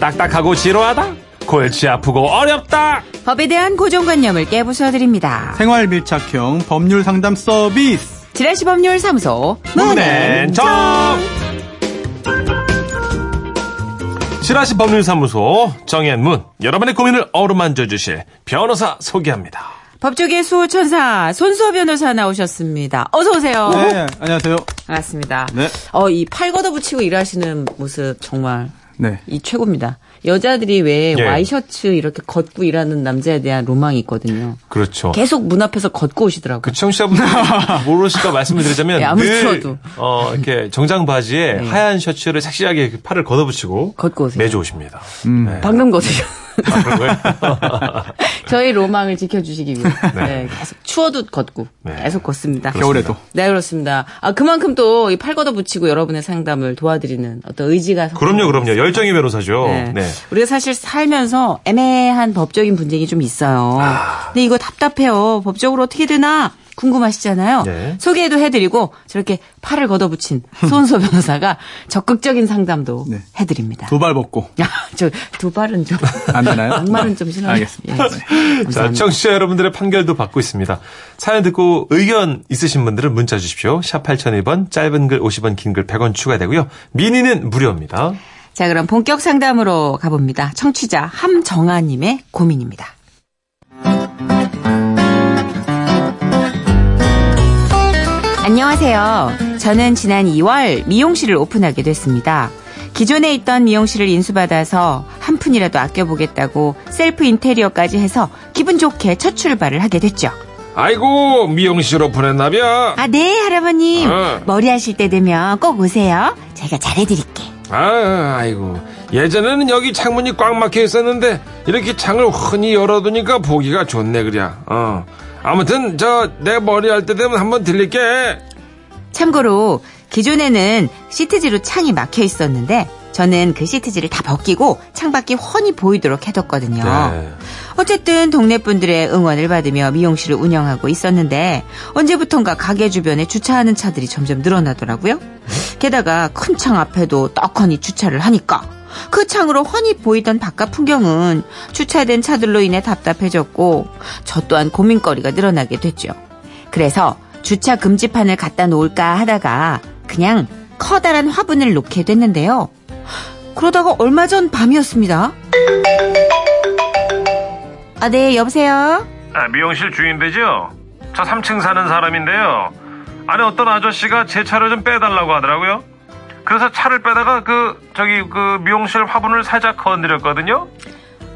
딱딱하고 지루하다? 골치 아프고 어렵다? 법에 대한 고정관념을 깨부숴드립니다. 생활 밀착형 법률 상담 서비스. 지라시 법률사무소 네. 네, 문은 문앤정 지라시 법률사무소 정앤문 여러분의 고민을 어루만져 주실 변호사 소개합니다. 법조계 수호천사 손수호 변호사 나오셨습니다. 어서 오세요. 네, 안녕하세요. 반갑습니다. 네. 어, 이 팔 걷어붙이고 일하시는 모습 정말 네. 이 최고입니다. 여자들이 왜 예. 와이셔츠 이렇게 걷고 일하는 남자에 대한 로망이 있거든요. 어. 그렇죠. 계속 문 앞에서 걷고 오시더라고요. 그 청취자분들 모르실까 말씀을 드리자면 예, 아무리 추워도. 네. 늘, 어, 이렇게 정장 바지에 하얀 셔츠를 섹시하게 이렇게 팔을 걷어붙이고 걷고 오세요. 음. 매주 오십니다. 그- 네. 방금 걷으셨 아, 그런 거예요? 저희 로망을 지켜주시기 위해 네, 계속 추워도 걷고 네. 계속 걷습니다. 겨울에도. 네 그렇습니다. 아 그만큼 또 이 팔 걷어 붙이고 여러분의 상담을 도와드리는 어떤 의지가 그럼요, 그럼요. 열정의 변호사죠. 네. 네. 우리가 사실 살면서 애매한 법적인 분쟁이 좀 있어요. 근데 이거 답답해요. 법적으로 어떻게 되나 궁금하시잖아요. 네. 소개도 해드리고 저렇게 팔을 걷어붙인 손소 변호사가 적극적인 상담도 네. 해드립니다. 도발 벗고. 야, 저 도발은 좀 안 되나요? 네. 막말은 좀 싫어요. 알겠습니다. 예. 자, 청취자 여러분들의 판결도 받고 있습니다. 사연 듣고 의견 있으신 분들은 문자 주십시오. 샵 8001번, 짧은 글 50원, 긴 글 100원 추가되고요. 미니는 무료입니다. 자, 그럼 본격 상담으로 가봅니다. 청취자 함정아님의 고민입니다. 안녕하세요. 저는 지난 2월 미용실을 오픈하게 됐습니다. 기존에 있던 미용실을 인수받아서 한 푼이라도 아껴보겠다고 셀프 인테리어까지 해서 기분 좋게 첫 출발을 하게 됐죠. 아이고, 미용실 오픈했나벼. 아, 네, 할아버님. 어. 머리 하실 때 되면 꼭 오세요. 제가 잘해드릴게. 아, 아이고. 예전에는 여기 창문이 꽉 막혀 있었는데, 이렇게 창을 흔히 열어두니까 보기가 좋네, 그랴. 어. 아무튼, 저, 내 머리 할 때 되면 한번 들릴게. 참고로 기존에는 시트지로 창이 막혀 있었는데 저는 그 시트지를 다 벗기고 창밖이 훤히 보이도록 해뒀거든요. 네. 어쨌든 동네 분들의 응원을 받으며 미용실을 운영하고 있었는데 언제부턴가 가게 주변에 주차하는 차들이 점점 늘어나더라고요. 게다가 큰 창 앞에도 떡하니 주차를 하니까 그 창으로 훤히 보이던 바깥 풍경은 주차된 차들로 인해 답답해졌고 저 또한 고민거리가 늘어나게 됐죠. 그래서 주차 금지판을 갖다 놓을까 하다가 그냥 커다란 화분을 놓게 됐는데요. 그러다가 얼마 전 밤이었습니다. 아, 네, 여보세요? 아, 미용실 주인 되죠? 저 3층 사는 사람인데요. 아니 어떤 아저씨가 제 차를 좀 빼달라고 하더라고요. 그래서 차를 빼다가 그 저기 그 미용실 화분을 살짝 건드렸거든요.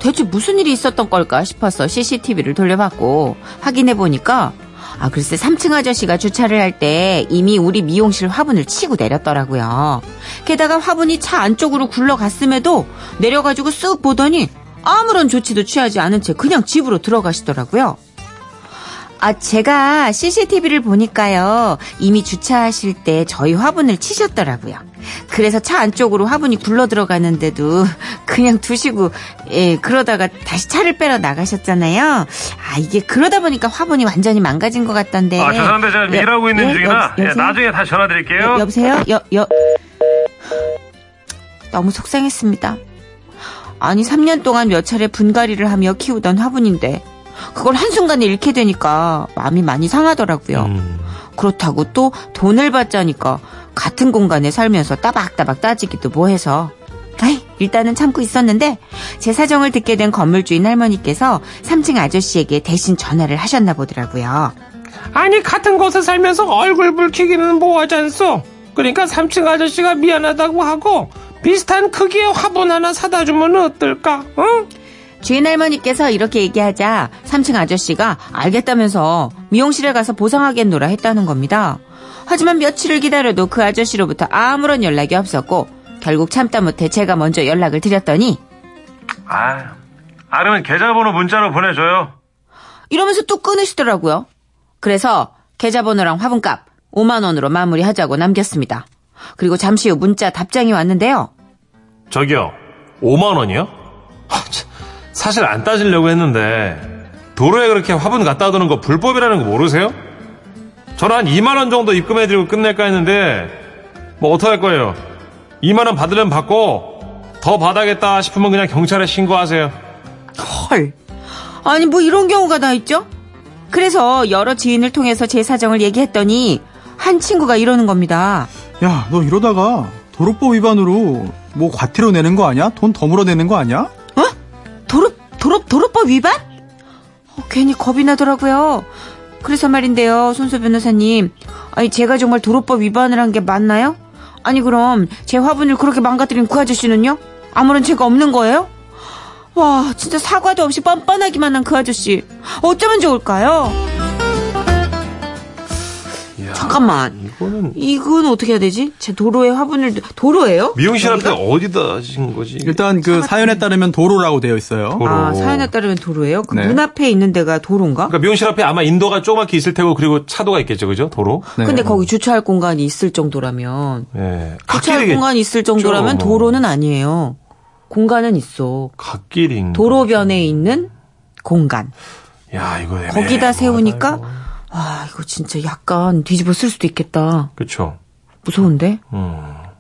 대체 무슨 일이 있었던 걸까 싶어서 CCTV를 돌려봤고 확인해 보니까 아 글쎄 3층 아저씨가 주차를 할 때 이미 우리 미용실 화분을 치고 내렸더라고요. 게다가 화분이 차 안쪽으로 굴러갔음에도 내려가지고 쓱 보더니 아무런 조치도 취하지 않은 채 그냥 집으로 들어가시더라고요. 아 제가 CCTV를 보니까요 이미 주차하실 때 저희 화분을 치셨더라고요. 그래서 차 안쪽으로 화분이 굴러 들어가는데도 그냥 두시고 예 그러다가 다시 차를 빼러 나가셨잖아요. 아 이게 그러다 보니까 화분이 완전히 망가진 것 같던데. 아 죄송한데 제가 예, 일하고 있는 예, 중이라 여- 예, 여보세요? 네, 나중에 다시 전화 드릴게요. 여, 여보세요? 여, 여. 너무 속상했습니다. 아니, 3년 동안 몇 차례 분갈이를 하며 키우던 화분인데, 그걸 한순간에 잃게 되니까 마음이 많이 상하더라고요. 음. 그렇다고 또 돈을 받자니까 같은 공간에 살면서 따박따박 따지기도 뭐해서 아이, 일단은 참고 있었는데 제 사정을 듣게 된 건물주인 할머니께서 3층 아저씨에게 대신 전화를 하셨나 보더라고요. 아니 같은 곳에 살면서 얼굴 붉히기는 뭐하잖소 그러니까 3층 아저씨가 미안하다고 하고 비슷한 크기의 화분 하나 사다 주면 어떨까 응? 주인 할머니께서 이렇게 얘기하자 3층 아저씨가 알겠다면서 미용실에 가서 보상하겠노라 했다는 겁니다. 하지만 며칠을 기다려도 그 아저씨로부터 아무런 연락이 없었고 결국 참다 못해 제가 먼저 연락을 드렸더니 아, 아 그러면 계좌번호 문자로 보내줘요. 이러면서 또 끊으시더라고요. 그래서 계좌번호랑 화분값 5만 원으로 마무리하자고 남겼습니다. 그리고 잠시 후 문자 답장이 왔는데요. 저기요, 5만 원이요? 하, 참, 사실 안 따지려고 했는데 도로에 그렇게 화분 갖다 두는 거 불법이라는 거 모르세요? 저는 한 2만 원 정도 입금해드리고 끝낼까 했는데 뭐 어떡할 거예요? 2만 원 받으려면 받고 더 받아겠다 싶으면 그냥 경찰에 신고하세요. 헐. 아니, 뭐 이런 경우가 다 있죠? 그래서 여러 지인을 통해서 제 사정을 얘기했더니 한 친구가 이러는 겁니다. 야, 너 이러다가 도로법 위반으로 뭐 과태료 내는 거 아니야? 돈 더 물어내는 거 아니야? 어? 도로, 도로, 도로법 위반? 어, 괜히 겁이 나더라고요. 그래서 말인데요, 손수 변호사님. 아니, 제가 정말 도로법 위반을 한 게 맞나요? 아니, 그럼 제 화분을 그렇게 망가뜨린 그 아저씨는요? 아무런 죄가 없는 거예요? 와, 진짜 사과도 없이 뻔뻔하기만 한 그 아저씨. 어쩌면 좋을까요? 이야, 잠깐만. 이거는 이건 어떻게 해야 되지? 제 도로에 화분을 도로예요? 미용실 앞에 여기가? 어디다 신 거지? 일단 그 사연에 따르면 도로라고 되어 있어요. 도로. 아 사연에 따르면 도로예요? 그 네. 문 앞에 있는 데가 도로인가? 그러니까 미용실 앞에 아마 인도가 조그맣게 있을 테고 그리고 차도가 있겠죠, 그죠? 도로. 네. 근데 거기 주차할 공간이 있을 정도라면 예. 주차할 갓길이겠- 공간이 있을 정도라면 뭐. 도로는 아니에요. 공간은 있어. 갓길인. 도로변에 있는 공간. 야 이거 애매해. 거기다 세우니까 와 이거 진짜 약간 뒤집어 쓸 수도 있겠다. 그쵸. 무서운데? 음. 아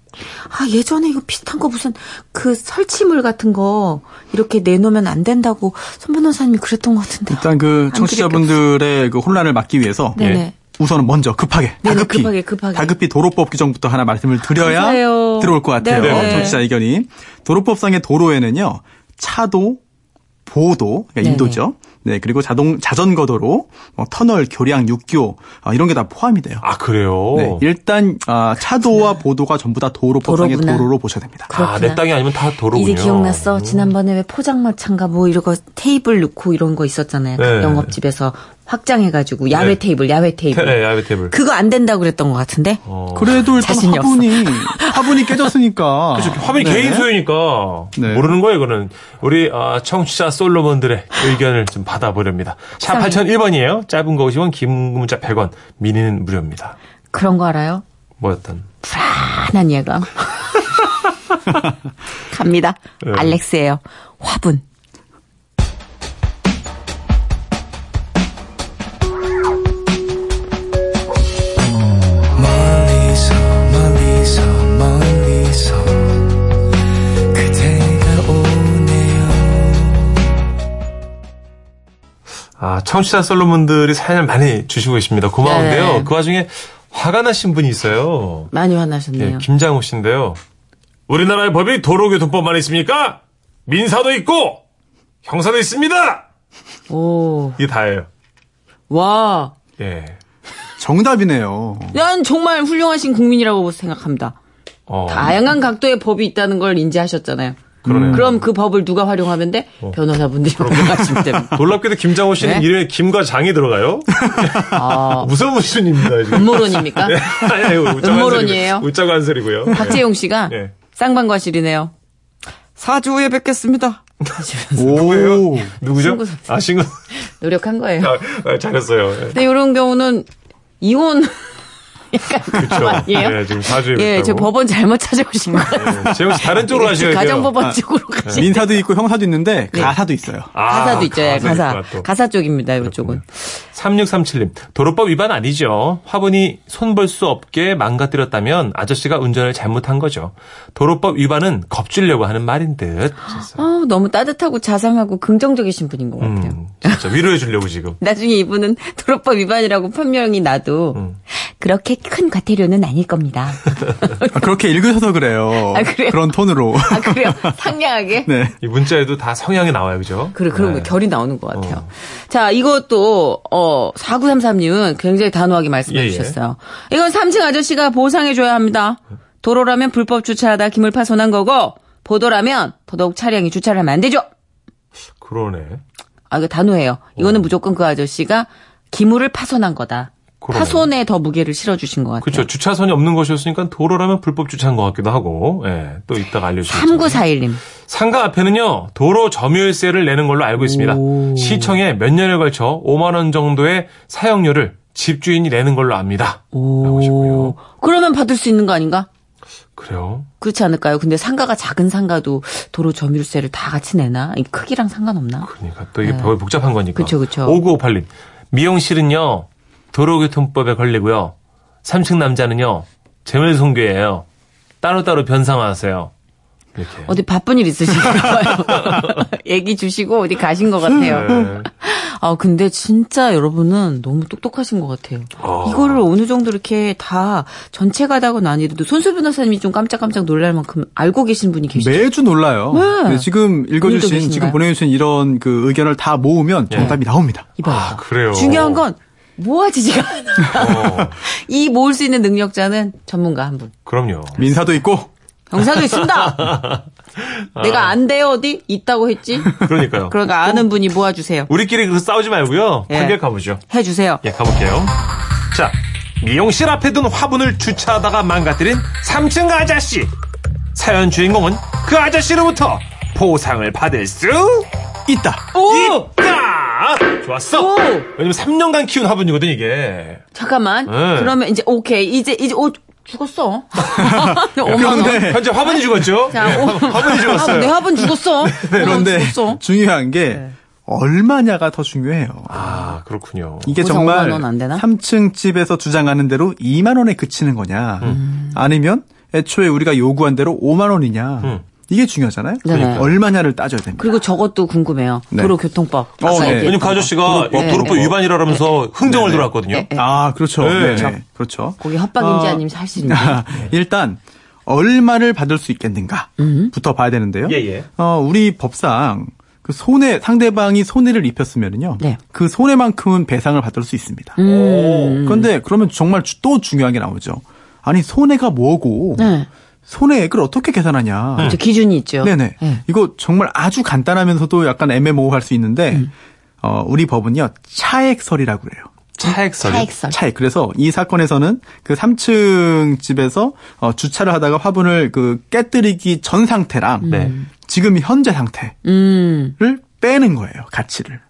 예전에 이거 비슷한 거 무슨 그 설치물 같은 거 이렇게 내놓으면 안 된다고 손 변호사님이 그랬던 것 같은데. 일단 그 안 청취자분들의 그 혼란을 막기 위해서 네네. 예. 우선은 먼저 급하게 네네, 다급히 급하게, 급하게. 다급히 도로법 규정부터 하나 말씀을 드려야 감사해요. 들어올 것 같아요. 네네. 청취자 의견이 도로법상의 도로에는요 차도 보도 그러니까 네네. 인도죠. 네 그리고 자동 자전거 도로, 뭐 터널, 교량, 육교 아, 이런 게 다 포함이 돼요. 아 그래요. 네, 일단 아, 차도와 보도가 전부 다 도로법상의 도로구나. 도로로 보셔야 됩니다. 아, 그렇구나. 내 땅이 아니면 다 도로군요. 음. 이제 기억났어. 지난번에 왜 포장마차인가 뭐 이런 거 테이블 놓고 이런 거 있었잖아요. 각 네. 영업집에서 확장해가지고 야외 네. 테이블, 야외 테이블. 네, 야외 테이블. 그거 안 된다고 그랬던 것 같은데. 어. 그래도 일단 자신이 없어. 화분이 화분이 깨졌으니까 아. 화면이 네. 개인 소유니까 네. 모르는 거예요, 이거는. 우리 아, 청취자 솔로몬들의 의견을 좀 받아보렵니다. 샵 8001번이에요. 짧은 거 50원, 긴 문자 100원, 미니는 무료입니다. 그런 거 알아요? 뭐였던? 하난 예감. 갑니다. 네. 알렉스예요. 화분. 멀리서 멀리서 멀리서 그대가 오네요 아, 청취자 솔로몬들이 사연을 많이 주시고 계십니다. 고마운데요. 네. 그 와중에 화가 나신 분이 있어요. 많이 예, 화나셨네요. 김장호 씨인데요. 우리나라의 법이 도로교통법만 있습니까? 민사도 있고 형사도 있습니다. 오, 이게 다예요. 와. 예. 정답이네요. 난 정말 훌륭하신 국민이라고 생각합니다. 어, 다양한 각도의 법이 있다는 걸 인지하셨잖아요. 그러네요. 어. 그럼 그 법을 누가 활용하면 돼? 변호사분들이 활용하시면 됩니다. 놀랍게도 김장호 씨는 네? 이름에 김과 장이 들어가요. 아, 무서운 수준입니다. 지금. 음모론입니까? 아니, 아니, 웃자고 한 음모론이에요? 소리고요. 웃자고 한 소리고요. 박재용 씨가 네. 쌍방과실이네요. 4주 후에 뵙겠습니다. 오. 누구죠? 신구 아, 신구. 노력한 거예요. 아, 아, 잘했어요. 예. 근데 이런 경우는 이혼 약간 그런 거 그렇죠. 아니에요? 예, 지금 4주에 예, 저 법원 잘못 찾아오신 거예요. 네, 재용 씨 네, 다른 쪽으로 하셔야 돼요. 네. 가정법원 쪽으로 가시. 민사도 있고 형사도 있는데 네. 가사도 있어요. 아, 가사도 있죠, 예, 가사. 있구나, 또. 가사 쪽입니다, 이쪽은. 3637님, 도로법 위반 아니죠. 화분이 손볼 수 없게 망가뜨렸다면 아저씨가 운전을 잘못한 거죠. 도로법 위반은 겁주려고 하는 말인 듯. 진짜. 아, 너무 따뜻하고 자상하고 긍정적이신 분인 것 같아요. 음, 진짜 위로해 주려고 지금. 나중에 이분은 도로법 위반이라고 판명이 나도 음. 그렇게 큰 과태료는 아닐 겁니다. 아, 그렇게 읽으셔서 그래요. 아, 그래요? 런 톤으로. 아 그래요? 상냥하게? 네. 이 문자에도 다 성향이 나와요, 그죠? 그래, 그런 네. 거 결이 나오는 것 같아요. 자, 이것도, 어, 4933님은 굉장히 단호하게 말씀해 예, 예. 주셨어요. 이건 3층 아저씨가 보상해줘야 합니다. 도로라면 불법 주차하다 기물 파손한 거고, 보도라면 더더욱 차량이 주차를 하면 안 되죠! 그러네. 아, 이거 단호해요. 어. 이거는 무조건 그 아저씨가 기물을 파손한 거다. 그러네요. 파손에 더 무게를 실어주신 것 같아요. 그렇죠. 주차선이 없는 것이었으니까 도로라면 불법 주차한 것 같기도 하고, 예, 또 이따가 알려주시죠. 3941님. 상가 앞에는요 도로 점유율세를 내는 걸로 알고 있습니다. 시청에 몇 년에 걸쳐 5만 원 정도의 사용료를 집주인이 내는 걸로 압니다. 라고 하셨고요. 그러면 받을 수 있는 거 아닌가? 그래요. 그렇지 않을까요? 근데 상가가 작은 상가도 도로 점유세를 다 같이 내나? 이 크기랑 상관없나? 그러니까 또 이게 더 복잡한 거니까. 네. 그쵸, 그쵸. 5958님. 미용실은요 도로교통법에 걸리고요. 3층 남자는요 재물손괴예요. 따로따로 변상하세요. 이렇게. 어디 바쁜 일 있으신가요? 얘기 주시고 어디 가신 것 같아요. 네. 아, 근데 진짜 여러분은 너무 똑똑하신 것 같아요. 어. 이거를 어느 정도 이렇게 다 전체 가닥은 아니라도 손수 변호사님이 좀 깜짝깜짝 놀랄 만큼 알고 계신 분이 계시죠. 매주 놀라요. 네. 근데 지금 오늘도 읽어주신, 계신가요? 지금 보내주신 이런 그 의견을 다 모으면 정답이 나옵니다. 이봐요. 아, 그래요. 중요한 건뭐 모아지지가 않아. 이 모을 수 있는 능력자는 전문가 한 분. 그럼요. 민사도 있고, 경사도 있습니다. 내가 안 돼요 어디 있다고 했지. 그러니까요. 그러니까 아는 분이 모아주세요. 우리끼리 그 싸우지 말고요. 예. 판결 가보죠. 해주세요. 예, 가볼게요. 자, 미용실 앞에 둔 화분을 주차하다가 망가뜨린 3층 아저씨. 사연 주인공은 그 아저씨로부터 보상을 받을 수 있다. 오! 있다! 좋았어. 오! 왜냐면 3년간 키운 화분이거든, 이게. 잠깐만. 네. 그러면 이제 오케이 이제 이제 오 죽었어. 어머. 그런데, 네, 현재 화분이 죽었죠? 예. 자, 오, 화분이 죽었어요. 내 화분 죽었어. 그런데 어, 네. 죽었어. 중요한 게 얼마냐가 더 중요해요. 아, 그렇군요. 이게 보상 정말 5만 뭐 원안 되나? 3층 집에서 주장하는 대로 2만 원에 그치는 거냐, 음. 아니면 애초에 우리가 요구한 대로 5만 원이냐, 이게 중요하잖아요. 네네. 얼마냐를 따져야 됩니다. 그리고 저것도 궁금해요. 네. 도로교통법. 아까 어, 얘기했던 네. 왜냐면 그 거. 아저씨가 도로법. 도로법 네. 위반이라면서 흥정을 들어왔거든요. 아, 그렇죠. 네. 네, 참. 그렇죠. 거기 협박인지 어, 아니면 사실인지. 네. 일단 얼마를 받을 수 음. 있겠는가부터 봐야 되는데요. 예, 예. 어, 우리 법상 그 손해 상대방이 손해를 입혔으면요. 네. 음. 그 손해만큼은 배상을 받을 수 있습니다. 그런데 그러면 정말 주- 또 중요한 게 나오죠. 아니 손해가 뭐고 네. 손해액을 어떻게 계산하냐. 저 기준이 있죠. 네네. 네. 이거 정말 아주 간단하면서도 약간 애매모호할 수 있는데 음. 어, 우리 법은요 차액설이라고 그래요. 차액설이. 차액설. 차액. 그래서 이 사건에서는 그 3층 집에서 어, 주차를 하다가 화분을 그 깨뜨리기 전 상태랑 네. 지금 현재 상태를 음. 빼는 거예요, 가치를.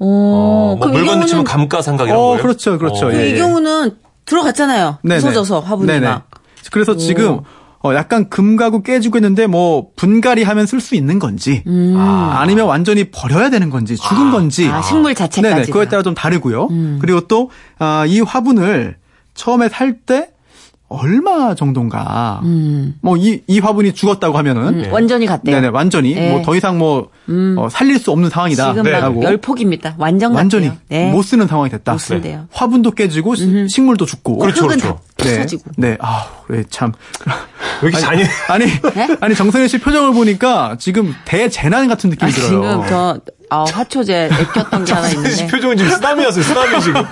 오, 어, 뭐 물건 치면 아, 감가상각이라는 어, 거예요? 그렇죠, 그렇죠. 어. 예. 이 경우는 들어갔잖아요. 네네. 부서져서 화분이 네네. 막. 그래서 지금 어, 약간 금가구 깨지고 있는데 뭐 분갈이 하면 쓸 수 있는 건지 음. 아. 니면 완전히 버려야 되는 건지 죽은 건지 아, 식물 음. 자체까지. 네네, 그거에 따라 좀 다르고요. 그리고 또, 아, 이 화분을 처음에 살 때, 얼마 정도인가. 뭐, 이, 이 화분이 죽었다고 하면은. 음, 완전히 갔대요. 네네, 완전히. 음. 네. 음. 뭐, 더 이상 뭐, 어, 살릴 수 없는 상황이다. 지금 막 라고. 열폭입니다. 완전 완전히 같아요. 네. 못 쓰는 상황이 됐다. 네. 못 쓴대요. 화분도 깨지고, 시- 식물도 죽고. 그렇죠, 흙은 그렇죠. 다 부서지고. 네. 네. 아, 왜 참. 왜 이렇게 잔인. 아니, 네? 아니, 정선혜 씨 표정을 보니까 지금 대재난 같은 느낌이 아, 들어요. 지금 저 아, 화초제 애꼈던 게 하나 있는데. 표정은 지금 쓰나미였어요, 쓰나미 지금.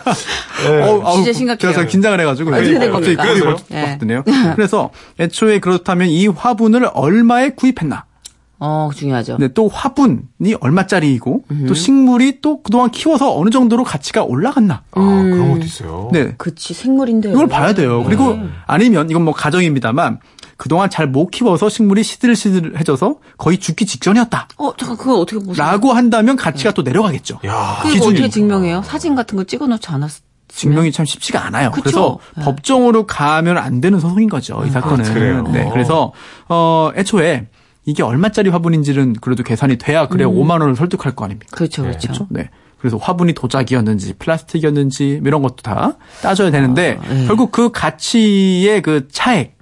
예. 어우, 네. 진짜 아우, 심각해요. 제가 참 긴장을 해가지고 어떻게 된 갑자기 겁니까? 그래서 그래서요? 네. 벌- 벌었거든요. 그래서 애초에 그렇다면 이 화분을 얼마에 구입했나? 어, 중요하죠. 근데 또 화분이 얼마짜리이고 음. 또 식물이 또 그동안 키워서 어느 정도로 가치가 올라갔나? 아, 그런 것도 있어요. 네, 그치, 생물인데요. 이걸 봐야 돼요. 그리고 음. 아니면 이건 뭐 가정입니다만 그동안 잘 못 키워서 식물이 시들시들해져서 거의 죽기 직전이었다. 어, 잠깐, 그거 어떻게 보세요? 라고 한다면 가치가 또 내려가겠죠. 야. 그거 기준이. 어떻게 증명해요? 사진 같은 거 찍어 놓지 않았어. 증명이 참 쉽지가 않아요. 그쵸? 그래서 네. 아, 법정으로 가면 안 되는 소송인 거죠. 이 사건은. 그래요? 네. 그래서 어 애초에 이게 얼마짜리 화분인지는 그래도 계산이 돼야 그래 음. 야 5만 원을 설득할 거 아닙니까? 그렇죠, 그렇죠. 그렇죠? 네. 그래서 화분이 도자기였는지 플라스틱이었는지 이런 것도 다 따져야 되는데 아, 네. 결국 그 가치의 그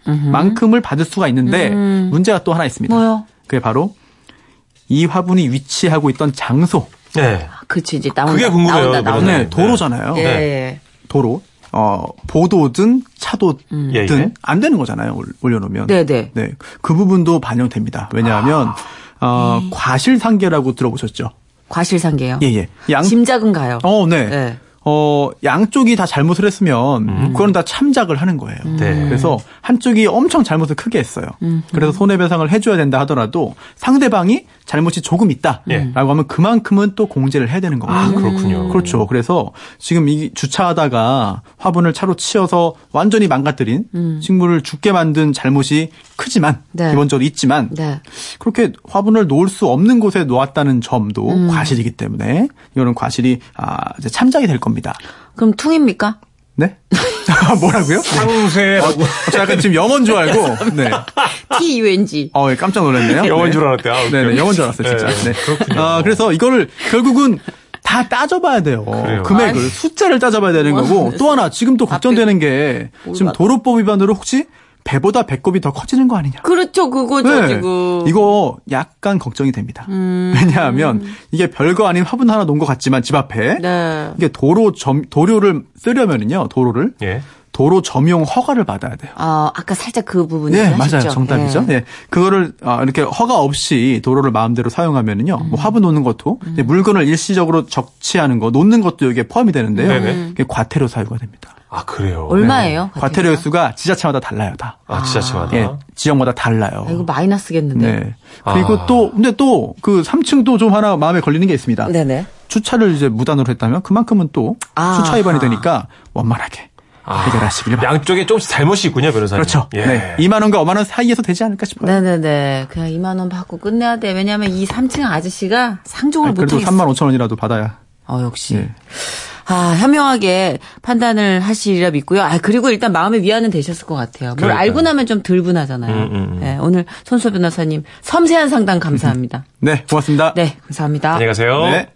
차액만큼을 받을 수가 있는데 문제가 또 하나 있습니다. 음. 뭐요? 그게 바로 이 화분이 위치하고 있던 장소. 네. 아, 그치, 이제 나온다. 그게 궁금해요, 나온다, 나온다. 그러네. 네, 도로잖아요. 아, 예, 예. 도로, 어, 보도든 차도든 예, 예. 안 되는 거잖아요. 올- 올려놓으면. 음. 네, 네. 네. 그 부분도 반영됩니다. 왜냐하면, 아. 어, 음. 과실상계라고 들어보셨죠? 과실상계요. 예, 예. 양, 짐작은 가요. 어, 네. 네. 어, 양쪽이 다 잘못을 했으면, 그건 다 참작을 하는 거예요. 음. 음. 네. 그래서 한쪽이 엄청 잘못을 크게 했어요. 그래서 손해배상을 해줘야 된다 하더라도 상대방이 잘못이 조금 있다. 예. 라고 하면 그만큼은 또 공제를 해야 되는 거거든요. 아, 그렇군요. 그렇죠. 그래서 지금 이 주차하다가 화분을 차로 치어서 완전히 망가뜨린 식물을 죽게 만든 잘못이 크지만 음. 네. 기본적으로 있지만 네. 그렇게 화분을 놓을 수 없는 곳에 놓았다는 점도 음. 과실이기 때문에 이거는 과실이 아, 이제 참작이 될 겁니다. 그럼 퉁입니까? 네? 뭐라고요? 상쇄라고. 저 약간 지금 영어인 줄 알고 네. T-U-N-G. 어, 예, 깜짝 놀랐네요. 영어인 네. 줄 알았대요. 아, 웃겨. 네네, 영어인 줄 알았어요, 진짜. 네, 네. 그렇군요. 아, 그래서 이거를 결국은 다 따져봐야 돼요. 그래요. 금액을, 아니. 뭐 숫자를 따져봐야 되는 거고, 또 하나, 지금 또 걱정되는 게, 지금 도로법 위반으로 혹시 배보다 배꼽이 더 커지는 거 아니냐. 그렇죠, 그거죠, 네. 음. 지금. 이거 약간 걱정이 됩니다. 왜냐하면 이게 별거 아닌 화분 하나 놓은 것 같지만 집 앞에 네. 이게 도로 점 도로를 쓰려면은요 도로를 예. 도로 점용 허가를 받아야 돼요. 어, 아까 살짝 그 부분. 네, 얘기하셨죠? 맞아요. 정답이죠. 네. 네. 그거를 아, 이렇게 허가 없이 도로를 마음대로 사용하면은요. 뭐 화분 놓는 것도 이제 물건을 일시적으로 적치하는 거 놓는 것도 여기에 포함이 되는데요. 네네. 이게 과태료 사유가 됩니다. 아 그래요. 얼마예요? 네. 음. 과태료 수가 지자체마다 달라요, 다. 아 지자체마다. 예. 지역마다 달라요. 아, 이거 마이너스겠는데. 네. 그리고 아. 또 근데 또 그 3층도 좀 하나 마음에 걸리는 게 있습니다. 네네. 주차를 이제 무단으로 했다면 그만큼은 또 아. 주차 위반이 되니까 원만하게 해결하시길 바랍니다. 양쪽에 조금씩 잘못이 있군요, 변호사님. 그렇죠. 예. 네. 2만 원과 5만 원 사이에서 되지 않을까 싶어요. 네네네. 그냥 2만원 받고 끝내야 돼. 왜냐면 이 3층 아저씨가 상종을 아니, 그래도 못하겠어. 3만 5천 원이라도 받아야. 어, 역시. 네. 아, 현명하게 판단을 하시리라 믿고요. 아, 그리고 일단 마음의 위안은 되셨을 것 같아요. 뭘 알고 나면 좀 덜 분하잖아요. 음, 네, 오늘 손수 변호사님 섬세한 상담 감사합니다. 네, 고맙습니다. 네, 감사합니다. 안녕히 가세요. 네.